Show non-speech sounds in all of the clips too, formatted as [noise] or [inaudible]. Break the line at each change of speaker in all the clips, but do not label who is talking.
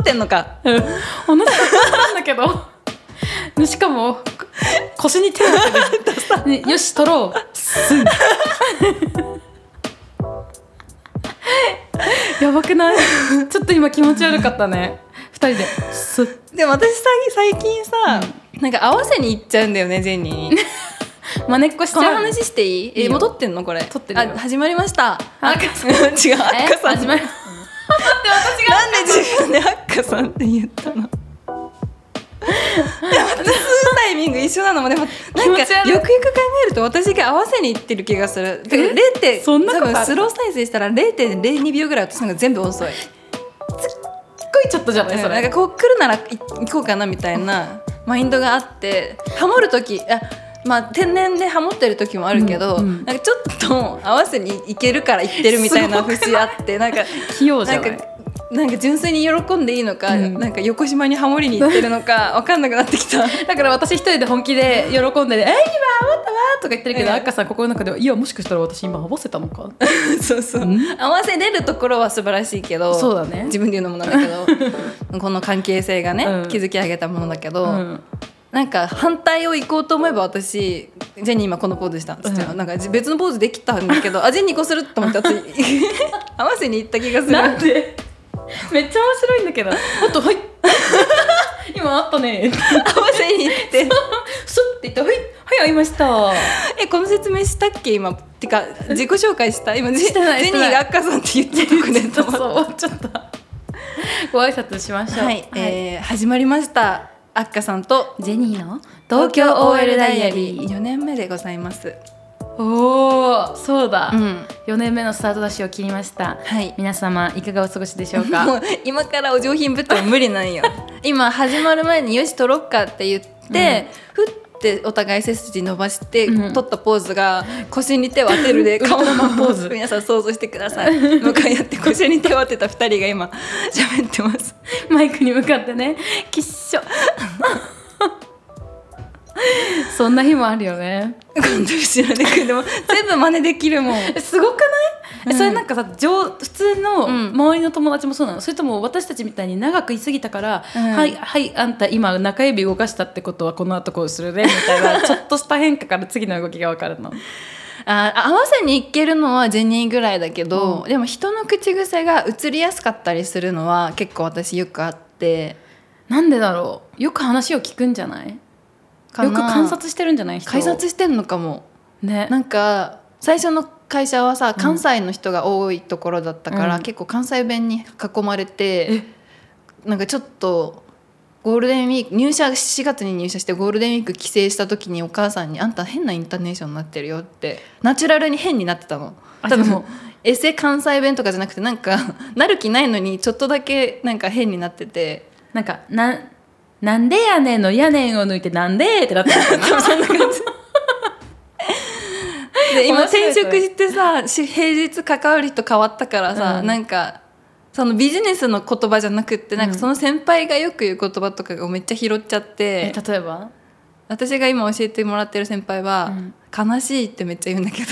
ってんのか
うん同じだったんだけどねしかもこ腰に手を [laughs] 当てて、ね、よし取ろうすんやばくないちょっと今気持ち悪かったね二人ですっ
でも私さ最近さ、なんか合わせに行っちゃうんだよねジェニー
[laughs]
に
まねっこしち
こ
ゃう
の話していい
いい
え
よ
もう撮ってんのこれ
撮ってるよ
あ始まりました
あ
かさん違うあ
え
っかさん
始まる
私がなんで自分であっかさんって言ったのでも私吸うタイミング一緒なのもでもなんか
気持ち悪い
よくよく考えると私が合わせにいってる気がするだから0点
そんなこと
多
ある
分スロー再生したら0.02秒ぐらい私のが全部遅い
こいちゃったじゃないそ
なん
れ
かこう来るならい行こうかなみたいなマインドがあってハモる時あまあ天然でハモってる時もあるけど、
うんうん
なんかちょっと合わせに行けるから行ってるみたいな節あってなんか
器用じ
な
ゃ
ん
な
か
い
なんか純粋に喜んでいいのか、
うん
なんか横島にハモりに行ってるのか分かんなくなってき
[laughs]
た
だから私一人で本気で喜んでね「え今ハモったわ」とか言ってるけど、
ええ
あっかさん心の中では「いやもしかしたら私今合わせたのか」
そうそう
うん
合わせれるところは素晴らしいけど
そうだね
自分で言うのもなんだけ
[laughs]
どこの関係性がね、
うん
築き上げたものだけど、
うん
なんか反対を行こうと思えば私ジェニー今このポーズしたんですよ、
うん
なんかじ別のポーズできたんだけ [laughs] どあジェニーこうすると思って [laughs] 私合わせに行った気がする
なんでめっちゃ面白いんだけどもっと「はい」 [laughs] 今あったね
合わせに行って
スッて言って「はいはい合いました」
えこの説明したっけ今てか自己紹介した今ジェ
してない
ジェ
して
ニ
ない
ーが赤さんって言ってたくね
ち
と
ょっ
[laughs]
とそう
思っ
終わっちゃったご挨拶しましょ
て
う
はい、えー始まりましたあっかさんと
ジェニーの
東京 OL ダイアリー4年目でございます
おおそうだ、
うん
4年目のスタートダッシュを切りました
はい
皆様いかがお過ごしでしょう
[laughs]
か
もう今からお上品ぶっても無理なん [laughs] よ今始まる前に「よし撮ろっか」って言って、ふってお互い背筋伸ばして、
うん
撮ったポーズが腰に手を当て [laughs] るで
ウルトラマンポーズ
皆さん想像してください [laughs] 向かい合って腰に手を当てた2人が今喋ってます
マイクに向かってねきっしょそんな日もあるよね
今度後ろで来るでも全部真似できるもん
え [laughs] すごくない、え
うん
それなんかさ上普通の
うん
周りの友達もそうなの、それとも私たちみたいに長くいすぎたから、
うん
はいはいあんた今中指動かしたってことはこの後こうするねみたい [laughs] なちょっとした変化から次の動きが分かるの
あ合わせにいけるのはジェニーぐらいだけど、でも人の口癖が移りやすかったりするのは結構私よくあって
なんでだろうよく話を聞くんじゃないよ
かな
く観察してるんじゃない人を
観察してんのかも
ね
なんか最初の会社はさ
うん
関西の人が多いところだったから、
うん
結構関西弁に囲まれてなんかちょっとゴールデンウィーク入社4月に入社してゴールデンウィーク帰省した時にお母さんに「あんた変なインターネーションになってるよ」ってナチュラルに変になってたの。
あ
多分
でも
エセ関西弁とかじゃなくてなんか [laughs] なる気ないのにちょっとだけなんか変になってて
なんかなんなんでやねんのやねんを抜いてなんでってなってた [laughs] の
で今
面白
転
いそ
職
れ
してさし平日関わる人変わったからさ、
うん
なんかそのビジネスの言葉じゃなくってなんか
うん
その先輩がよく言う言葉とかをめっちゃ拾っちゃって、
え例えば
私が今教えてもらってる先輩は
うん
「悲しい」ってめっちゃ言うんだけど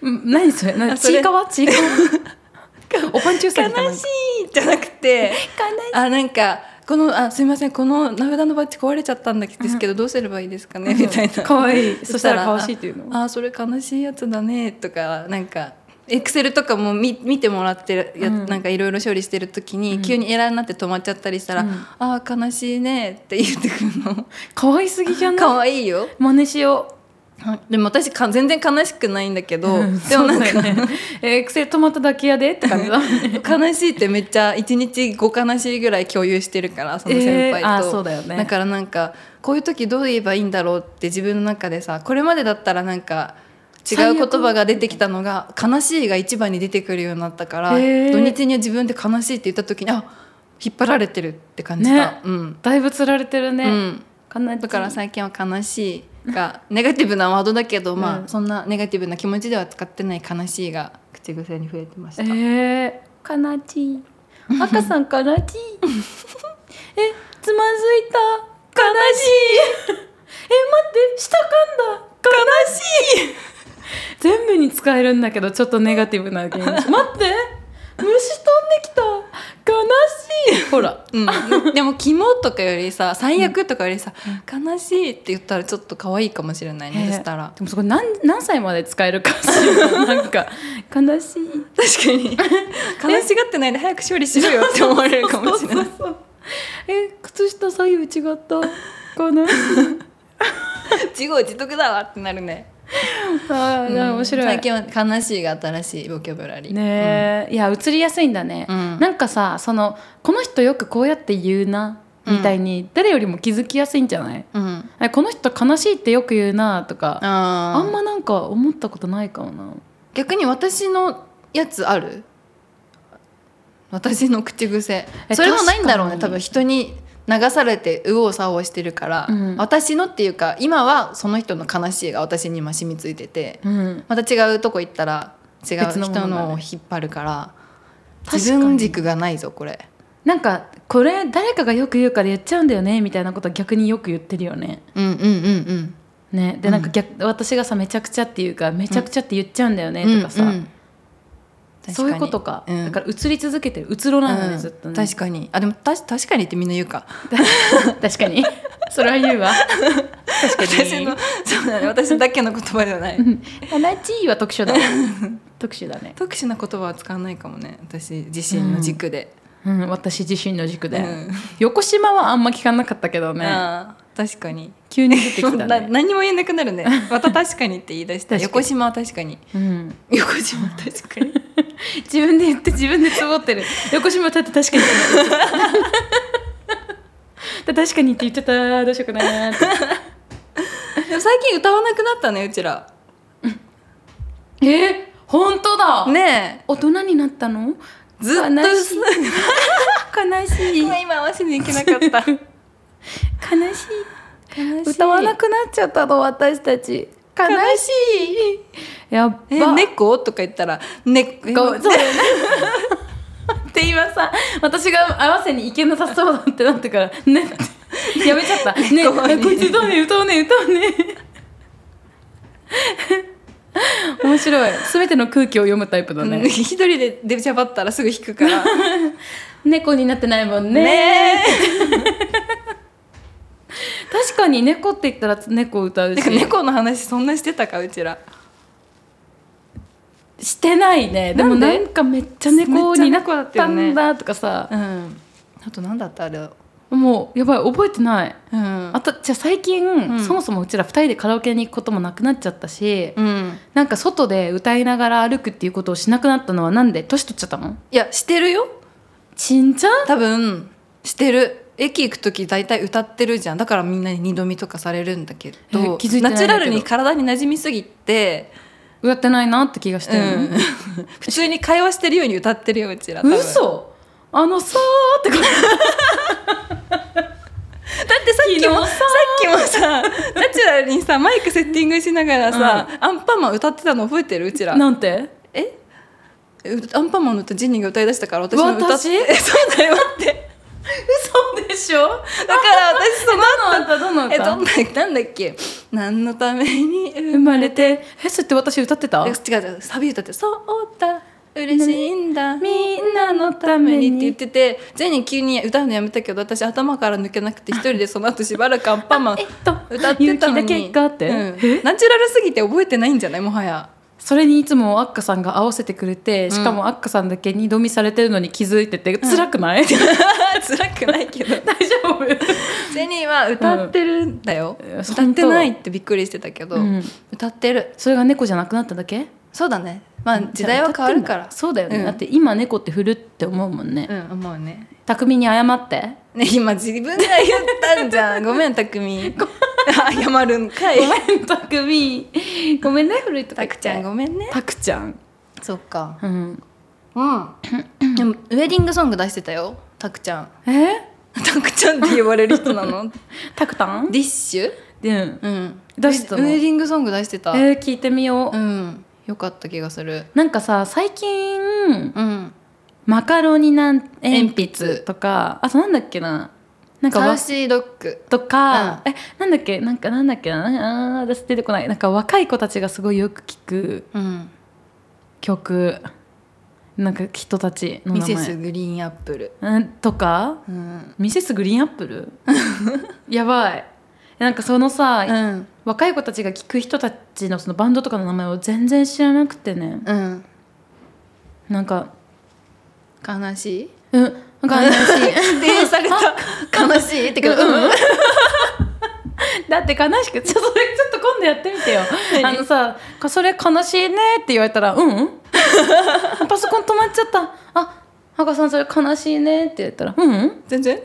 うん何それ何
あそれ
ちいかわちいか [laughs] わおぱんちゅう
「
さぎかな
[laughs] 悲しい」じゃなくてあなんかこのあすいませんこの名札のバッジ壊れちゃったんですけど、どうすればいいですかねみたいな
かわいい [laughs] そしたらかわしいっていうの
ああそれ悲しいやつだねとかなんかエクセルとかも見見てもらってるや、
うん
なんかいろいろ処理してる時に、
うん
急にエラーになって止まっちゃったりしたら「
うん
ああ悲しいね」って言ってくるの
かわいすぎじゃない
可愛いよ
真似しよ
でも私か全然悲しくないんだけ
う、
ど、
[laughs] うん
でもなん
そう
か、
だよねえーエクセルトマトだけやでって感じだ [laughs]
悲しいってめっちゃ一日5悲しいぐらい共有してるからその先輩
[laughs] えーあー
と、
そうだよね
だからなんかこういう時どう言えばいいんだろうって自分の中でさこれまでだったらなんか違う言葉が出てきたのが「悲しい」が一番に出てくるようになったから
へー
土日に自分で「悲しい」って言った時にあ引っ張られてるって感じた、
ね
うん
だいぶつられてる
う
ね、
ん、
かな
だから最近は「悲しい」がネガティブなワードだけど、ま
う
あ
ん
そんなネガティブな気持ちでは使ってない「悲しい」が口癖に増えて [laughs] ました。
えー、悲しい赤さん悲し
[laughs]
いえつまずいた悲しい [laughs] え待って下噛んだ悲しい [laughs] 全部に使えるんだ
[laughs]
けどちょっとネガティブな現象待って虫飛んできた悲しいほら
うん、でも「キモ」とかよりさ「最悪」とかよりさ「悲しい」って言ったらちょっと可愛いかもしれないね、そしたら
でもそこ何何歳まで使えるかな
[laughs]
んか悲しい
確かに [laughs] 悲しがってないで早く勝利しろよって思われるかもしれない
え靴下左右違った
[laughs]
かな
自業自得だわってなるね、
あ
う
ー
ん
面白い
最近は「悲しい」が新しいボキャブラリー
ねえ、いや映りやすいんだね、
うん
なんかさそのこの人よくこうやって言うなみたいに、誰よりも気づきやすいんじゃない
うん、うん、
えこの人悲しいってよく言うなとか
あ
あ
ー
んまなんか思ったことないかもな
逆に私のやつある私の口癖
え
それもないんだろうね
確か
多
に
分人に流されて右往左往してるから、
うん
私のっていうか今はその人の悲しいが私に今染みついてて
うん
また違うとこ行ったら違う
別のものだ
人
ね
のを引っ張るから
確かに
自分軸がないぞこれ
なんかこれ誰かがよく言うから言っちゃうんだよねみたいなこと逆によく言ってるよね
うんうんうん
ねで
うん
なんか逆、私がさめちゃくちゃっていうかめちゃくちゃって言っちゃうんだよ
う
ね
ん
とかさ、
うんうん確かに
そういうことか、
うん
だから映り続けてるうつろなんだね、
うん
ずっとね
確かにあでもたし確かにってみんな言うか
[laughs] 確かにそれは言うわ確かに
私のそうだね私だけの言葉じゃない
同じは特殊だ特殊だね、
特殊な言葉は使わないかもね私自身の軸で、
うん、私自身の軸で、
うん
横島はあんま聞かなかったけどね
ああ確かに
急に出てきた
な
ね、
何も言えなくなるねまた確かにって言い出した
確かに
横島は [laughs] 確かに
うん、
横島は確 [laughs] かに
自分で言って自分でつぼってる横島だって確かにだ確かにって言っちゃったどうしようかなって
でも最近歌わなくなったねうちら
[laughs] え本当だ、
ね
大人になったの
えずっと
[laughs] 悲しい悲しい
今今合わせにいけなかった
悲し
悲
[laughs] い歌わなくなっちゃったの私たち悲しいやっば
え猫とか言ったら猫
こうそうだよねって今さ私が合わせにいけなさそうだってなってからねってやめちゃったね
かわいい
あこいつ歌うね歌うね歌うね面白い全ての空気を読むタイプだ
うん
ね
一人で出ちゃばったらすぐ引くから
猫になってないもんね
ね
確かに猫って言ったら猫歌う
えてか
し
猫の話そんなしてたかうちら
してないねでも
なん
な
で
んかめっちゃ猫になった
めっちゃ猫
ん
だ
だとかさ
うんあと何だったあれ
もうやばい覚えてない
うん
あとじゃあ最近、
ん
そもそもうちら2人でカラオケに行くこともなくなっちゃったし、
うん
なんか外で歌いながら歩くっていうことをしなくなったのはなんで年取っちゃったの
いやしてるよ
ちんちゃん
多分してる駅行く時大体歌ってるじゃんだからみんなに二度見とかされるんだけ
え
ど
ー気づいてない
ナ
んだ
チ
け
ュ
ど
ラルに体に馴染みすぎて、
歌ってないなって気がして
う
るの
ん、 [laughs] 普通に会話してるように歌ってるようちら多分
嘘あのさーって感じ
だってさっきも
昨日
さっきもさナ [laughs] チュラルにさマイクセッティングしながらさ、アンパンマン歌ってたの覚えてるうちら
なんて
えうアンパンマンの歌ジンニーが歌いだしたから私も歌って [laughs]
私
そうだよ待って
嘘でしょ
だから私その
どの歌どの歌
えどんななんだっけ何のために
生まれてえそれって私歌ってた
え違う違うサビ歌って「そうだ嬉しいんだ」
みんなのた
ため
め
に
に
って言っ
って
ててジェニー急に歌うのやめたけど私頭から抜けなくて一人でその後しばらくアンパンマン
えっと
歌ってたのに
勇気だけがって
うんナチュラルすぎて覚えてないんじゃないもはや
それにいつもアッカさんが合わせてくれてしかもアッカさんだけ二度見されてるのに気づいてて辛く [laughs] ない、
[laughs] 辛くないけど
大丈夫、
ジェニーは歌ってるんだよ、
うん
歌ってないってびっくりしてたけど、
うん
歌ってる
それが猫じゃなくなっただけ
そうだねまあ時代は変わるから
そうだよね、
うん
だって今猫って振るって思うもんね、
うん思うね
巧みに謝って
ね今自分が言ったんじ [laughs] ゃんごめん匠謝るんかい
ごめん巧みごめんね古いとか
た
言っ
く
て
ちゃんごめんね
タクちゃん
そっか
うん
うんでもウェディングソング出してたよたくちゃん
え
たくちゃんって呼ばれる人な [laughs] の
タクタン
ディッシュ
うん
うん
出してた
ウェ
の
ウェディングソング出してた
えー、聞いてみよう、
うんよかった気がする
なんかさ最近
うん
マカロニなん鉛
鉛筆
筆とかあとなんだっけななんか
サ
わ
ウシードッグ
とか、えなんだっけなんかなんだっけなあー私出てこないなんか若い子たちがすごいよく聞く
うん
曲なんか人たちの
ミ
名前
セスグリーンアップル、
うんとか
うん
ミセスグリーンアップルやばいなんかそのさ、
うん
若い子たちが聞く人たちのそのバンドとかの名前を全然知らなくてね
うん、
なんか
悲しい
うんなんか
否定された悲しいってけど、うん、
だって悲しくちょっとそれちょっと今度やってみてよあのさ「かそれ悲しいね」って言われたら「うん
[laughs]
うん」パソコン止まっちゃった「あ赤さんそれ悲しいね」って言ったら「うんうん」
全
[laughs]
然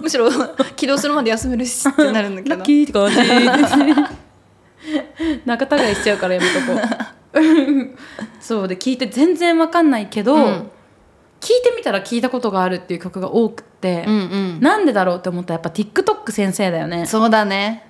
むしろ起動するまで休めるしってなるんだけ
ラ
ど
ッキーって感じ [laughs] 仲違いしちゃうからやめとこ
[laughs]
うそうで聞いて全然わかんないけど、
うん
聞いてみたら聞いたことがあるっていう曲が多くて、
うんうん
なんでだろうって思ったらやっぱ TikTok 先生だよね
そうだね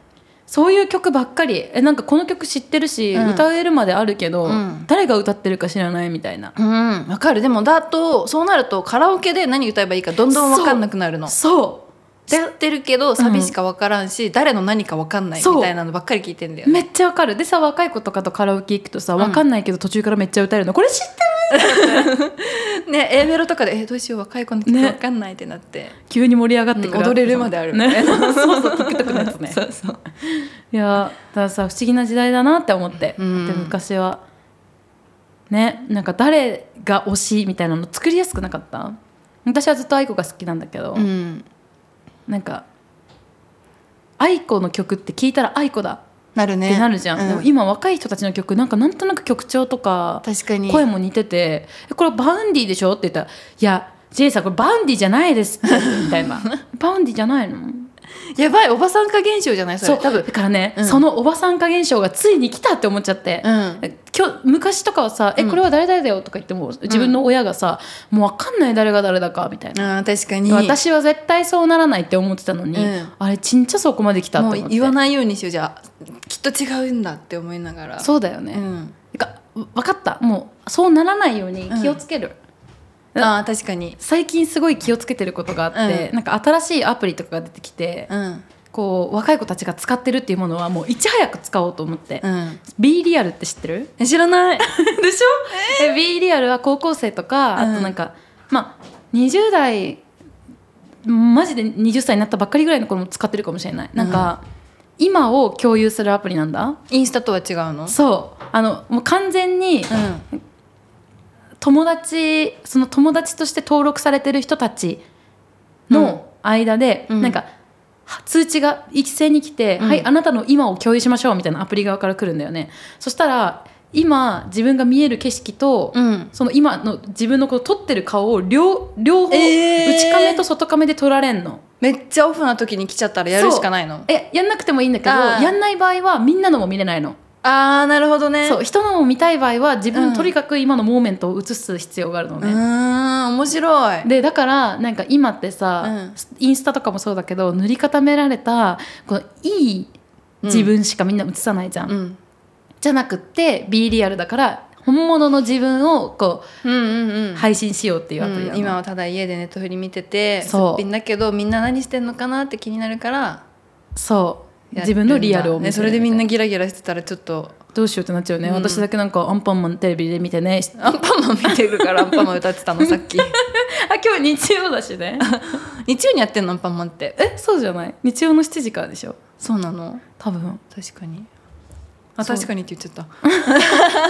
そういう曲ばっかりえなんかこの曲知ってるし、
うん
歌えるまであるけど、
うん
誰が歌ってるか知らないみたいな、
うんわかるでもだとそうなるとカラオケで何歌えばいいかどんどんわかんなくなるの
そ
知ってるけどサビしかわからんし、誰の何かわかんない
そう
みたいなのばっかり聞いてんだよ
う
ね
めっちゃわかるでさ若い子とかとカラオケ行くとさ
ん
わかんないけど途中からめっちゃ歌えるのこれ知ってる
ね A メロとかで「えどうしよう若い子の曲
ね
わかんない」ってなって、
急に盛り上がってく
うん
る、
踊れるまであるみた [laughs]
ね
いな
そうそう TikTok のやつね
そうそう
いやだからさ不思議な時代だなって思って、
うん
で昔はねなんか誰が推しみたいなの作りやすくなかった私はずっと愛子が好きなんだけど、
うん
なんか愛子の曲って聞いたら愛子だ
なる
っ
ね
てなるじゃん、
う
でも今若い人たちの曲なんかなんとなく曲調とか
確かに
声も似てて「えこれバウンディでしょ?」って言ったら「いや J さんこれバウンディじゃないです」ってみた
[laughs]
いな「バウンディじゃないの?」
やばいおばさん化現象じゃないそ
そ
れ
う
多分
だからね、
うん
そのおばさん化現象がついに来たって思っちゃって、
うん
今日昔とかはさ「えこれは誰々だよ」とか言っても自分の親がさ、もう分かんない誰が誰だかみたいな、
あー確かに
私は絶対そうならないって思ってたのに、
うん
あれちんちゃそこまで来たって
も
思って
う言わないようにしようじゃあきっと違うんだって思いながら
そうだよね、
うん、
か分かったもうそうならないように気をつける、
あー確かに
最近すごい気をつけてることがあって、
うん
なんか新しいアプリとかが出てきて、
うん
こう若い子たちが使ってるっていうものはもういち早く使おうと思って、
うん
ビーリアルって知ってる
え知ら [laughs] ない
でしょ、え B リアルは高校生とかあ
うん
となんか、まあ20代マジで20歳になったばっかりぐらいの子も使ってるかもしれないなんか、今を共有するアプリなんだ
インスタとは違うの
そうあのもう完全に
う
友達その友達として登録されてる人たちの間で、
うん
なんかは通知が一斉に来て、
うん
はいあなたの今を共有しましょうみたいなアプリ側から来るんだよねそしたら今自分が見える景色と、
んうん
その今の自分のこの撮ってる顔を両両方、
えー
内カメと外カメで撮られんの
めっちゃオフな時に来ちゃったらやるしかないの
えやんなくてもいいんだけど
あー
やんない場合はみんなのも見れないの
あーなるほどね
そう人のも見たい場合は自
う
分、
ん
とにかく今のモーメントを映す必要があるの
う
ね、
ーん面白い
でだからなんか今ってさ、インスタとかもそうだけど塗り固められたこのいい自分しかみんな映さないじゃん、
うん
じゃなくって B リアルだから本物の自分をこ
うんうんうん
う配信しようっていうア
う
プリだ
ん、
ね
今はただ家でネットフリ見ててすっ
そう
ぴんだけどみんな何してんのかなって気になるから
そう
や
自分のリアルを
ね
見
そ
せ
れ
る
で
み
みん
た
ないギラギラしてたらちょっと
[laughs] どうしようってなっちゃうね、
うん
私だけなんかアンパンマンテレビで見てね
アンパンマン見てるからアンパンマン歌って
[laughs]
たのさっき
あ今日日曜だしね
日曜にやってんのアンパンマンって
[laughs] えそうじゃない日曜の7時からでしょ
そうなの
多分
確かにあ
そう
確かにって言っちゃった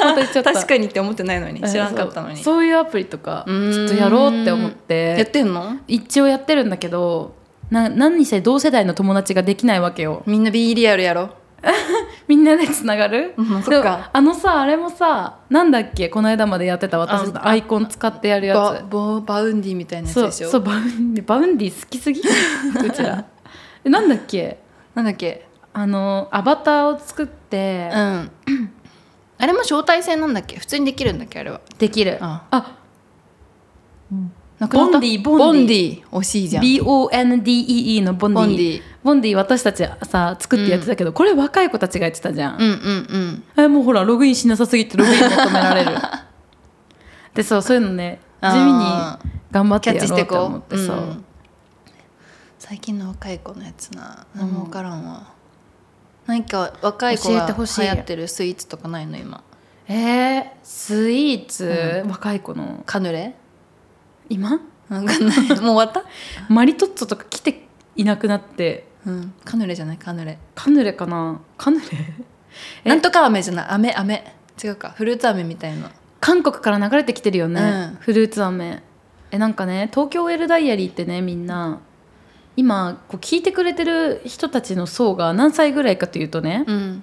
また言っちゃった
確かにって思ってないのに知らんかったのに
そうそういうアプリとか
うーん
ちょっとやろうって思って
やってんの
一応やってるんだけどな何にせ同世代の友達ができないわけよ
みんな B リアルやろ
みんなでつながる、
うんそっか
でもあのさあれもさなんだっけこの間までやってた私のアイコン使ってやる
バ
や
ボバウンディみたいな
つ
やつで
そう
しょ
そうバウンディバウンディ好き
[laughs]
すぎうちらえなんだっけ
なんだっけ
あのアバターを作って
うんあれも招待制なんだっけ普通にできるんだっけあれは
できる、
あ
あ
なくなった
ボンディ
ボ
ボンディ
ンディ惜しいじゃん
BONDEE のボンディ
ボンディ
ボンディ私たちさ作ってやってたけど、これ若い子たちがやってたじゃん
うんうんうん
えもうほらログインしなさすぎてログイン求めら
[laughs]
れるでそうそういうのね地味に
あー
頑張って
キャッ
や
チし
ろ
て
うと思
こ
っ
う、
てそう、
うん最近の若い子のやつな何も分からんわ、何か若い子
教え
が
てほしい
流行ってるスイーツとかないの今
えー、スイーツ、若い子の
カヌレ
今
わ [laughs] かんないもう終わった、
マリトッツォとか来ていなくなって
うん、カヌレじゃないカヌレ
カヌレかなカヌレえ
なんとか飴じゃない飴飴違うかフルーツ飴みたいな
韓国から流れてきてるよね、
うん
フルーツ飴えなんかね東京 L ダイアリーってねみんな今こう聞いてくれてる人たちの層が何歳ぐらいかというとね、
うん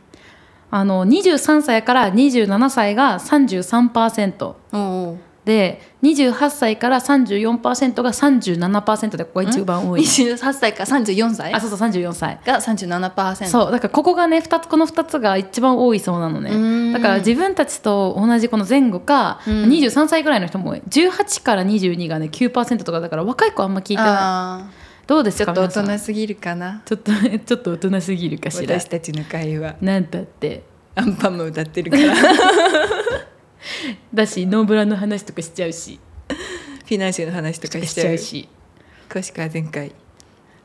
あの23歳から27歳が33%
おうおう
で28歳から34%が37%でここが一番多い、
28歳から34歳
あそうそう34歳
が37%
そうだからここがね2つこの2つが一番多いそうなのね、
ね
だから自分たちと同じこの前後か、
うん
23歳ぐらいの人も多い18から22がね9%とかだから若い子あんま聞いてない
あ
どうで
ーち
す
ょ
か
っと大
皆さん
人すぎるかな
ちょっと [laughs] ちょっと大人すぎるかしら
私たちの会話
なんだって
アンパンも歌ってるからフ [laughs]
だしノーブラの話とかしちゃうし
ィナンシェの話とかし
し
ち
ち
ゃ
ゃ
う
う
し
し
詳しくは前回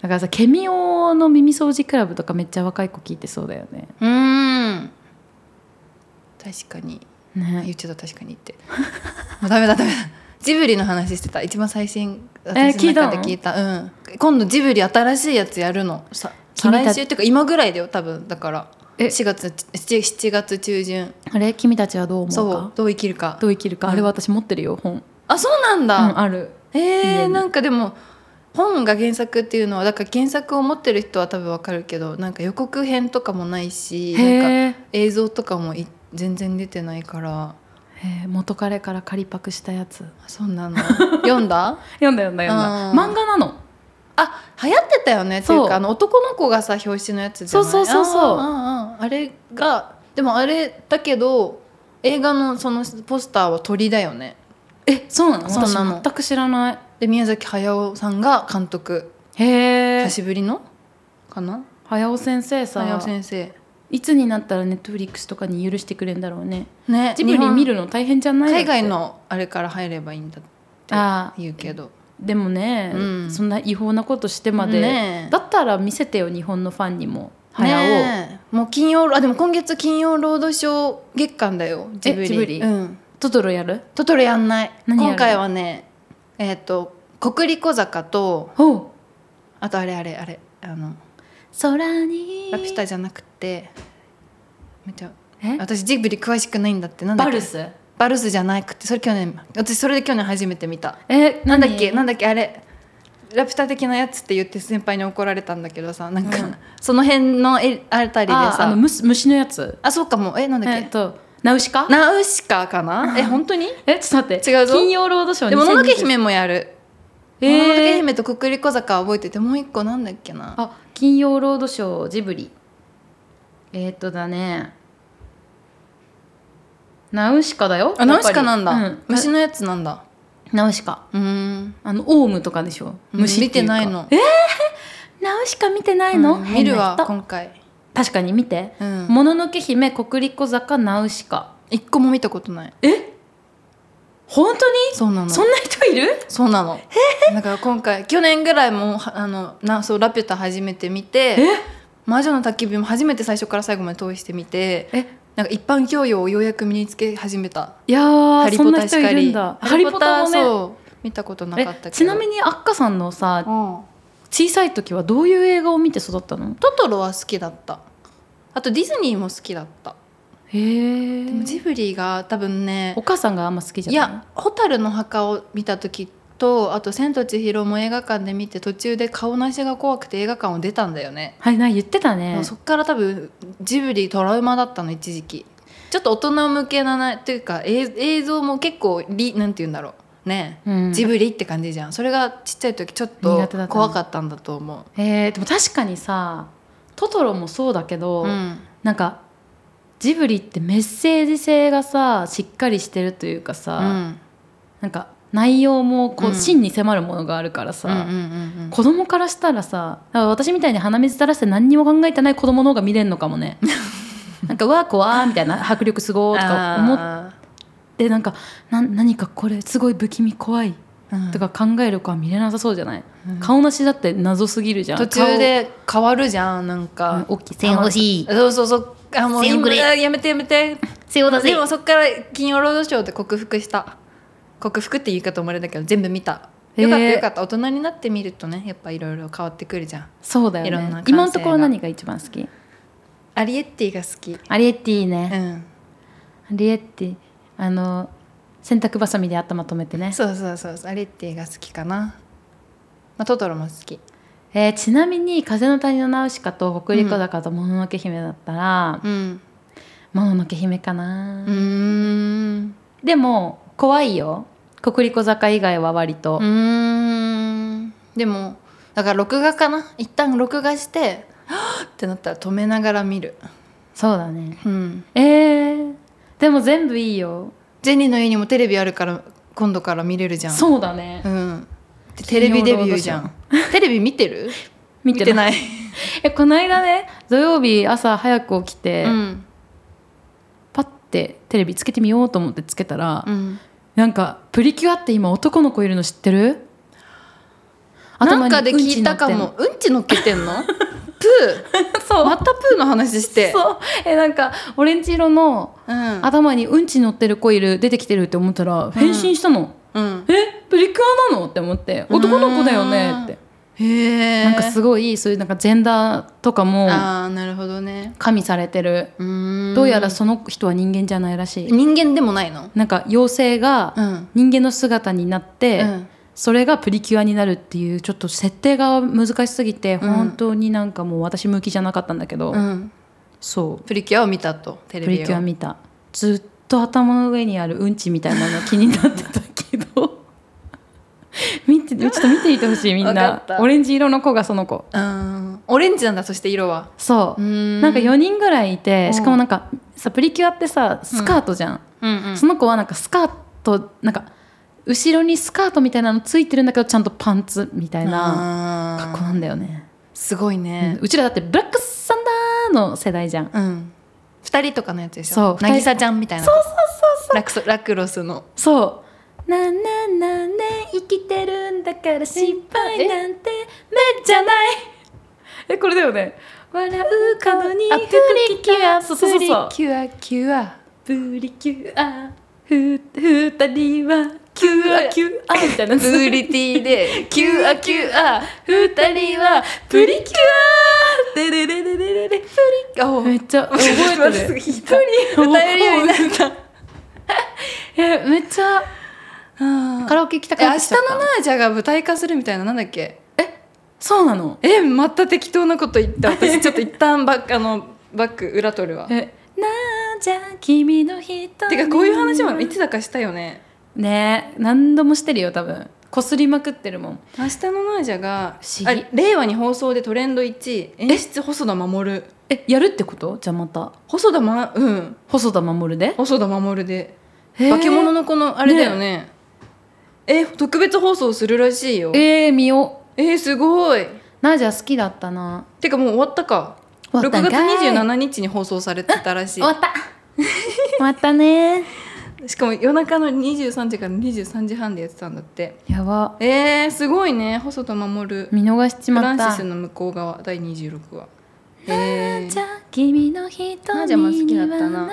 だからさケミオの耳掃除クラブとかめっちゃ若い子聞いてそうだよね
うん確かにあ言
ね
っちゃった確かにって [laughs] もうダメだダメだジブリの話してた一番最新私
聞
の
いた
中
の
で聞いた,、うん今度ジブリ新しいやつやるのさ再
君たち
来週っていうか今ぐらいだよ多分だから
え
4月7 7月中旬
あれ君たちはどう思う
そう
か
どう生きるか
どう生きるか、
うん
あれ私持ってるよ本
あそうなん
あ,、うん、
だ、
ある
え
家
ー、
に
なんかでも本が原作っていうのはだから原作を持ってる人は多分わかるけどなんか予告編とかもないしなんか
へ
映像とかもい全然出てないから
え元彼から借りパクしたやつ
あそうなの [laughs] 読んだ
読んだ読んだ読んだ
うん
漫画なの
あ流行ってたよねって
そう
いうかあの男の子がさ表紙のやつじゃない
そうそうそうそう
あーあーあーあれがでもあれだけど映画のそのポスターは鳥だよね
えそうなの
そうなの
私全く知らない
で宮崎駿さんが監督
へえ
久しぶりのかな
早尾先生さ
駿先生
いつになったらネットフリックスとかに許してくれんだろうね
ね
ジブ
日
リ
本
見るの大変じゃない
海外
だっ
のあれから入ればいいんだ
てあ
って言うけど
ーでもね、
うん
そんな違法なことしてまで、
ねえ
だったら見せてよ日本のファンにも早尾、
ねえもう金曜あでも今月金曜ロードショー月間だよジブリ
えジブリ
うん
トトロやる
トトロやんない
何やる
今回はねえっ、と「国立小坂」と
ほう
あとあれあれあれあの
空に
ラピュタじゃなくてめっちゃ
え
私ジブリ詳しくないんだってなんだっ
バ
け
ルス
バルスじゃなくてそれ去年私それで去年初めて見た
え
なんだっけなん
だ
だっけあれラピュタ的なやつって言って先輩に怒られたんだけどさなんか、
うん
その辺のえあたりで
ああ
さ
の虫虫のやつ
あそうかもえなんだっ
え
け、
っとナウシカ
ナウシカかなえ本当に
えちょっと待って
違うぞ
金曜ロードショー
でもののけ
2020
姫もやる
え
ものの
ー
け姫とくくり小坂は覚えててもう一個なんだっけな
あ金曜ロードショージブリえー、っとだねナウシカだよ
あナウシカなんだ、
やっぱりうん
虫のやつなんだ
ナウシカ
うーん
あのオウムとかでしょ虫
見
って
て
いうか
ないの
えナウシカ見てないの、
うん
変な
見るわ
人
今回
確かに見て
うん
「もののけ姫国立小坂ナウシカ
一個も見たことない」
え本当に
そうなの
そんな人いる
そうなのだから今回去年ぐらいもはあのなそうラピュタ初めて見て魔女の焚き火も初めて最初から最後まで通してみて
え
なんか一般教養をようやく身につけ始めた
いや
ハ
ー
リ
そ
ポ
んな
タ
人
し
い
か
る
り
んだ
ハリポタ
ハリポタもね
そう見たことなかったけど
えちなみ
に、
にアッカさんのさ
うん
小さい時はどういう映画を見て育ったの
トトロは好きだったあとディズニーも好きだった
へえ
でもジブリが多分ね
お母さんがあんま好きじゃ
い
ない
や「蛍の墓」を見た時とあと「千と千尋」も映画館で見て途中で顔なしが怖くて映画館を出たんだよね、
はいな言ってた
で
ね
もそっから多分ジブリトラウマだったの一時期ちょっと大人向けななというか映映像も結構りなんて言うんだろうね
うん
ジブリって感じじゃんそれがちっちゃい時ちょっ
苦
と
手だったね
怖かったんだと思う
えーでも確かにさトトロもそうだけど、
うん
なんかジブリってメッセージ性がさしっかりしてるというか
う
さ、
ん
なんか内容もこう、
うん
真に迫るものがあるか
うんう
ら
ん
さ、
うんうん
子供からしたらさだから私みたいに鼻水垂らして何にも考えてない子供の方が見れるのかも
[laughs]
ねなんか「うわー怖ー」みたいな「迫力すごー」とか思っ
あ
てなんかな何かこれすごい不気味怖い
ーうん
とか考える子は見れなさそうじゃない、
うん
顔なしだって謎すぎるじゃん
途中で変わるじゃんなん
顔うん
か
大きい線欲しい
そうそうそうあもう
線をくれ
今やめてやめて
必要だぜ
でもそっから「金曜ロードショー」で克服した克服って言い方もあれだけど全部見たよかった
へー
よかった大人になってみるとねやっぱいろいろ変わってくるじゃん
そうだ
いろ
よ
んな
ね
感性が
今のところ何が一番好き
アリエッティが好き
アリエッティね
う、ん
アリエッティあの洗濯バサミで頭止めてね
そうそうそうそうアリエッティが好きかな、まあ、トトロも好き
えーちなみに「風の谷のナウシカ」と「北陸坂」と「もののけ姫」だったら
うん
「もののけ姫」かな、
うーん
でも怖いよ国立坂以外は割と、
うーんでもだから録画かな一旦録画してはぁってなったら止めながら見る
そうだね
うん
えー、でも全部いいよ
ジェニーの家にもテレビあるから今度から見れるじゃん
そうだね、
うんでテレビデビューじゃんテレビ見てる
見てない
い
[laughs] えこの間ね土曜日朝早く起きて、
うん
パッてテレビつけてみようと思ってつけたら、
うん
なんか「プリキュア」って今男の子いるの知ってる
なんか
頭に
で
うんち
聞いたか
乗っ
もうんち乗っけてんのプ
[laughs] てんの
ー
[laughs] そう
またプーの話して
そうえなんかオレンジ色の
うん
頭にうんち乗ってる子いる出てきてるって思ったら変身したの、
うん
えプリキュアなのって思って男の子だよねって
へえ
なんかすごいそういうなんかジェンダーとかも
ああなるほどね
加味されてる
うーん
どうやらその人は人間じゃないらしい、
人間でもないの
なんか妖精が
うん
人間の姿になって、
うん
それがプリキュアになるっていうちょっと設定が難しすぎて
うん
本当になんかもう私向きじゃなかったんだけど、
うん
そう
プリキュアを見たとテレ
プ
ビを
リキュア見たずっと頭の上にあるうんちみたいなの気になってたけど [laughs] 見てちょっと見ていてほしいみん
わか
な
った
オレンジ色の子がその子
うんオレンジなんだそして色は
そう、
ん
なんか4人ぐらいいて
うん
しかもなんかさプリキュアってさスカートじゃん、
うんうん
その子はなんかスカートなんか後ろにスカートみたいなのついてるんだけどちゃんとパンツみたいな
あー
格好なんだよね、
すごいね
うちらだってブラックサンダーの世代じゃん
うん二人とかのやつでしょ
そう二人
渚ちゃんみたいなそうそうそうそうラクソラクロスの
そう。なななね生きてるんだから失敗なんてめっちゃない。 [laughs] えこれだよね。笑う角に
あ
プリキュアそうそうそうそう。
キュアキュア
プリキュアふ二人はキュアキュアみたいな。
ブーリティでキ
キュ
ュア
ア
キ
キ
ュ
ュア二人はプリキュア。でれれれれれれプリ。
アお
めっちゃ覚えてる。
た歌える
[laughs]
ようになった
えめっちゃ
うん
カラオケ行きたく
え明
なっ
日
ちゃっ
の
た。
ナージャが舞台化するみたいななんだっけ
そうなの。
えまた適当なこと言った私ちょっと一旦バックあのバック裏取るわ
えなんじゃ君の人
てかこういう話もいつだかしたよね
ねえ何度もしてるよ多分こすりまくってるもん
明日のナージャが
不思議
あ令和に放送でトレンド1位演出細田守
えやるってことじゃあまた
細田まうん
細田守で
細田守で
へえ
化け物のこのあれだよねえ特別放送するらしいよえ
えー、見よ
ー、すごいう
ナージャ好きだったな
てかもう終わったか
終わったんかい
6月27日に放送されてたらし
終わ
い
った [laughs] 終わったね
しかも夜中の23時から23時半でやってたんだって
やば
えー、すごいね細田守フ
見逃しちま
ラ
っ
ンシ
た
スの向こう側第26話え
ナー
ー
ジャ君の瞳には
ナージャも好きだったな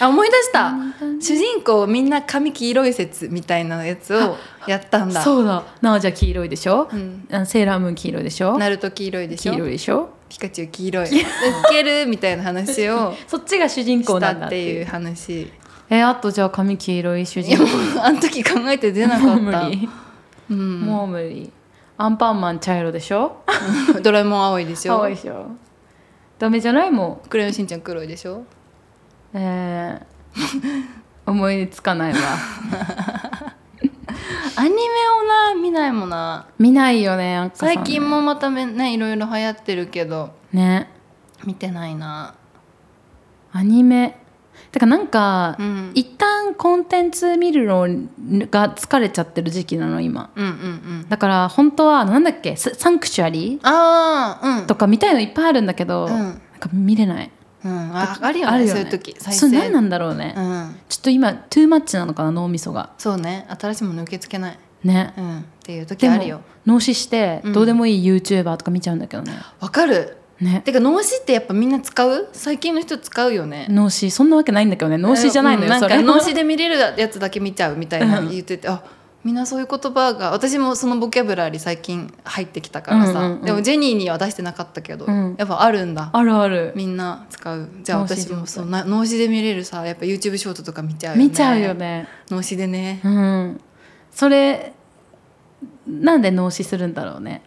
あ思い出した主人公みんな髪黄色い説みたいなやつをやったんだう、
そうだナージャ黄色いでしょ、
ん、
あセーラームーン黄色いでしょ
ナルト黄色いでし
黄色
ょ
いでしょ
ピカチュウ黄色いいけるみたいな話を
そっちが主人公
し
な
た
んだ
っていう話
えあとじゃあ髪黄色い主
い
人
や
公
もうあの時考えて出なか
もう
っ
無
た
理、
うん
もう無理アンパンマン茶色でしょ
ドラえもん青いでし
可
ょ
愛いでしょダメじゃないも
クレヨンしんちゃん黒いでしょ
うえ
[laughs]
ー、思い出つかないわ
アニメをな見ないもんな
見ないよねあっかさんね
最近もまためねいろいろ流行ってるけど
ね
見てないな
アニメてかなんか、
うん
一旦コンテンツ見るのが疲れちゃってる時期なの今
うんうんうん
だから本当はなんだっけササンクチュアリ
ああうん
ーとか見たいのいっぱいあるんだけど、
うん
なんか見れない
うんああるよねそういう時再生
それ何なんだろうね、
うん
ちょっと今トゥーマッチなのかな脳みそが
そうね新しいもの受け付けない、
ね
うん、っていう時
で
あ
も
るよ
脳死して
うん
どうでもいい YouTuber とか見ちゃうんだけどね、
わかる
ね
てか脳死ってやっぱみんな使う最近の人使うよね
脳死そんなわけないんだけどね脳死じゃないのよ、
うん
そ
なん
れ
か脳死で見れるやつだけ見ちゃうみたいな
うん
言ってて、あみんなそういう言葉が私もそのボキャブラリー最近入ってきたからさ、
うんうんうん
でもジェニーには出してなかったけど、
うん
やっぱあるんだ
[laughs] あるある
みんな使うじゃあ
脳死で
私もそうな脳死で見れるさやっぱ YouTube ショートとか見ちゃうよね
見ちゃうよね
脳死でね
うんそれなんで脳死するんだろうね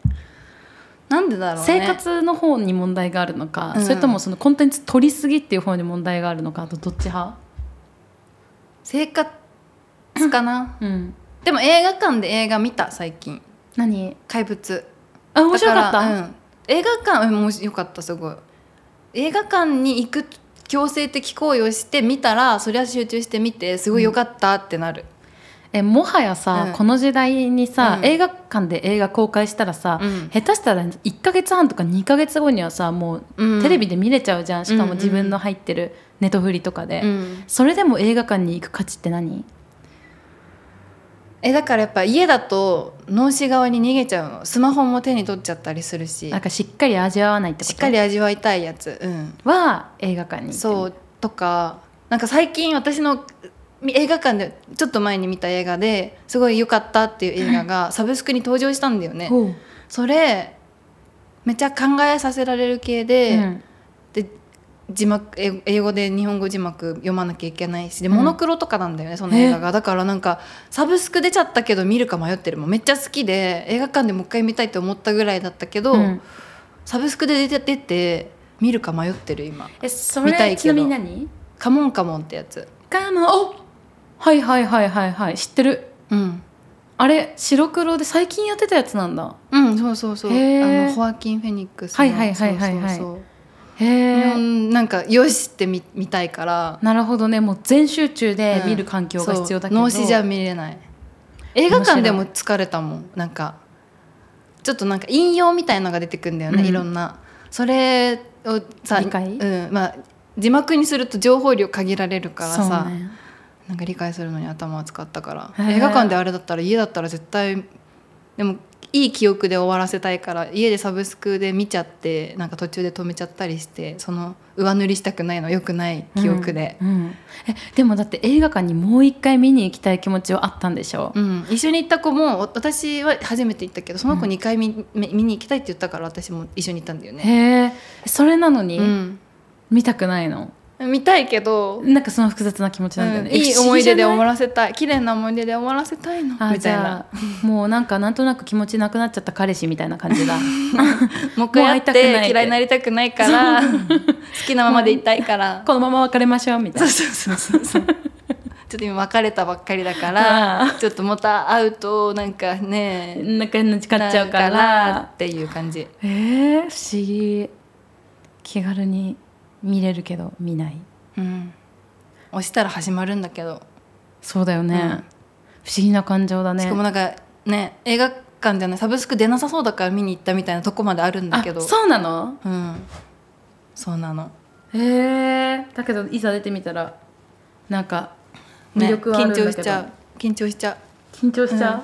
なんでだろうね
生活の方に問題があるのか、
うん
それともそのコンテンツ取りすぎっていう方に問題があるのかあとどっち派
生活かな
うん
でも映画館で映画見た最近
何
怪物
あ面白かった
だらうん、映画館うん面白かったすごい映画館に行く強制的行為をして見たらそりゃ集中して見てすごい良かったってなる、
えもはやさ、
うん
この時代にさ、
うん
映画館で映画公開したらさ、
うん
下手したら1ヶ月半とか2ヶ月後にはさもう
うん
テレビで見れちゃうじゃん、しかも自
う
分
んうんう
の
ん
入ってるネトフリとかで、
うん
それでも映画館に行く価値って何
えだからやっぱ家だと脳死側に逃げちゃうのスマホも手に取っちゃったりするし
なんかしっかり味わわないってこと
しっかり味わいたいやつうん
は映画館に行ってみる
そうとかなんか最近私のみ映画館でちょっと前に見た映画ですごい良かったっていう映画がサブスクに登場したんだよね
ほう
それめっちゃ考えさせられる系で,、
うん
で字幕英英語で日本語字幕読まなきゃいけないしで
うん
モノクロとかなんだよね、その映画がだからなんかサブスク出ちゃったけど見るか迷ってるもんめっちゃ好きで映画館でもう一回見たいって思ったぐらいだったけど、
うん
サブスクで出て出て見るか迷ってる今
えそ
見たい
れ
けど
ちなみに何
「カモンカモン」ってやつ
カモンおはいはいはいはいはい知ってる
うん
あれ白黒で最近やってたやつなんだ
うんそうそうそうあ
へー
のホアキン・フェニックスの
はいはいはいはいはい
そうそうそうう
へえ
んなんかよしって見見たいから
なるほどねもう全集中で
うん
見る環境が必要だけ
そ
ど、
う脳死じゃ見れない映画館でも疲れたもんなんかちょっとなんか引用みたいのが出てくんだよね、
うん
いろんなそれをさ
理解
うんまあ、字幕にすると情報量限られるから
そう
さ、
ね
なんか理解するのに頭を使ったから
へー
映画館であれだったら家だったら絶対でもいい記憶で終わらせたいから家でサブスクで見ちゃってなんか途中で止めちゃったりしてその上塗りしたくないのよくない記憶で、
うんうんえでもだって映画館にもう一回見に行きたい気持ちはあったんでしょ、
うん、一緒に行った子もお私は初めて行ったけどその子
うん
2回見,め、見に行きたいって言ったから私も一緒に行ったんだよね、
へえそれなのに、
うん、
見たくないの
見たいけど、
なんかその複雑な気持ちなんだよ
うん
ね、
いい思い出で終わ
ら
らせたい綺麗な思い出で終わらせたいのみ
あ
たい
じ
な
ゃあもうなんかなんとなく気持ちなくなっちゃった彼氏みたいな感
[laughs]
じだ
もう一回会っ
もう会いたくないって
て嫌いになりたくないから好きなままでいたい
[laughs]
から
このまま別れましょうみたい
そう
な
そうそうそうそうちょっと今別れたばっかりだから
あー
ちょっとまた会うとなんかね
なんか変な力っちゃうか
な
ら
んかなっていう感じ
えー、不思議気軽に見れるけど見ない
うん押したら始まるんだけど
そうだよね、
うん
不思議な感情だね
しかもなんかね映画館じゃないサブスク出なさそうだから見に行ったみたいなとこまであるんだけど
あそうなの
うん、そうなの、
へえだけどいざ出てみたらなんか魅力はあるんだ
緊張
けど、
しちゃう緊張しちゃ
緊張しちゃ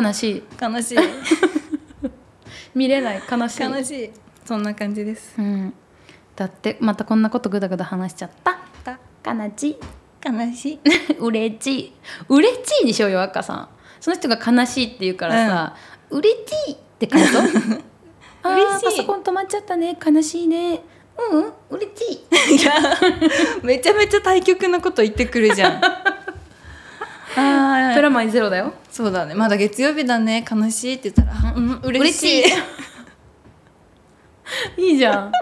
う、悲しいう
悲しい
[laughs] 見れない悲しい
悲しいそんな感じです
うん、だってまたこんなことぐだぐだ話しちゃった
た
悲しい
悲しい
[laughs] 嬉しいうれちいにしようよ赤さんその人が悲しいって言うからさ、うれちいって感 [laughs] じあ
嬉
ー
しい
パソコン止まっちゃったね悲しいねうんうんうれちい
[laughs] めちゃめちゃ対極なこと言ってくるじ
[laughs]
ゃんあ
プ
ー
ラマイゼロだよ
そうだねまだ月曜日だね悲しいって言ったらあうん嬉しい
嬉しいいいじゃん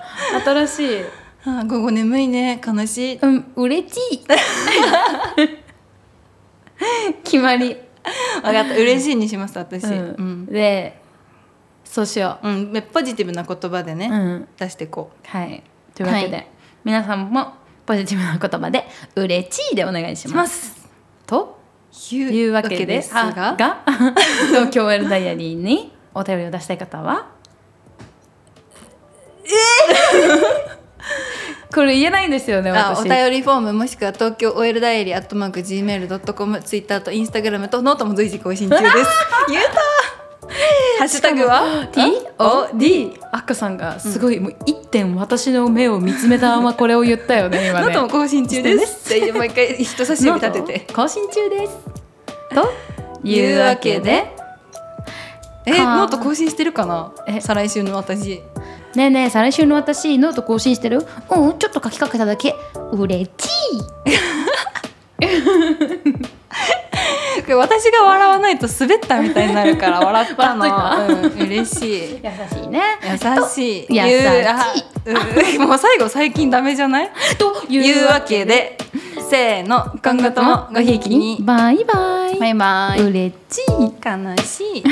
新しい
[laughs] あー午後眠いね悲しい
うんうれちい [laughs] 決まり、
分かった嬉しいにします私
う
うんん、
でそうしよ
うんポジティブな言葉でね、
う、うん、
出してこ
はい、というわけで、皆さんもポジティブな言葉で「うれちい」でお願いし
う。
ます。
す。
と
いう
いうわけですす
が、
が東京 L ダイアリーにお便りを出したい方はえ [laughs] これ言えないんですよね
あ
私
お便りフォームもしくは東京 OL ダイアリーアットマーク Gmail.com ツイッターとインスタグラムとノートも随時更新中です [laughs] 言えたハッシュタグは
TOD アッカさんがすごい、もう一点私の目を見つめたままこれを言ったよ [laughs] ね今
ノー
ね
トも更新中です。って毎回人差し指立てて。
更新中ですというわけで
え
か
ノート更新してるかな？
え
再来週の私。
ねえねえ再来週の私ノート更新してるうんちょっと書きかけただけ嬉しい
私が笑わないと滑ったみたいになるから笑ったの。
笑
うん嬉しい。
優しいね
優しい。
優しい
ゆうあうんもう最後最近ダメじゃ [laughs] ない？
と
いうわけで、せーの今後ともごひいきに。
バイバイ
バイバイ。
嬉しい
悲しい。